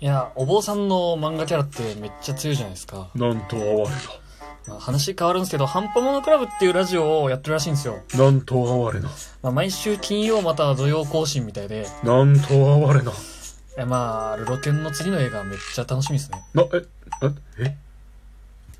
いや、お坊さんの漫画キャラってめっちゃ強いじゃないですか。なんと哀れまあ話変わるんですけど、ハンパモノクラブっていうラジオをやってるらしいんですよ。な。なんと哀れな。まあ、毎週金曜または土曜更新みたいで、なんと哀れな。えまあ、ルロケンの次の映画めっちゃ楽しみですね。な、え、え、え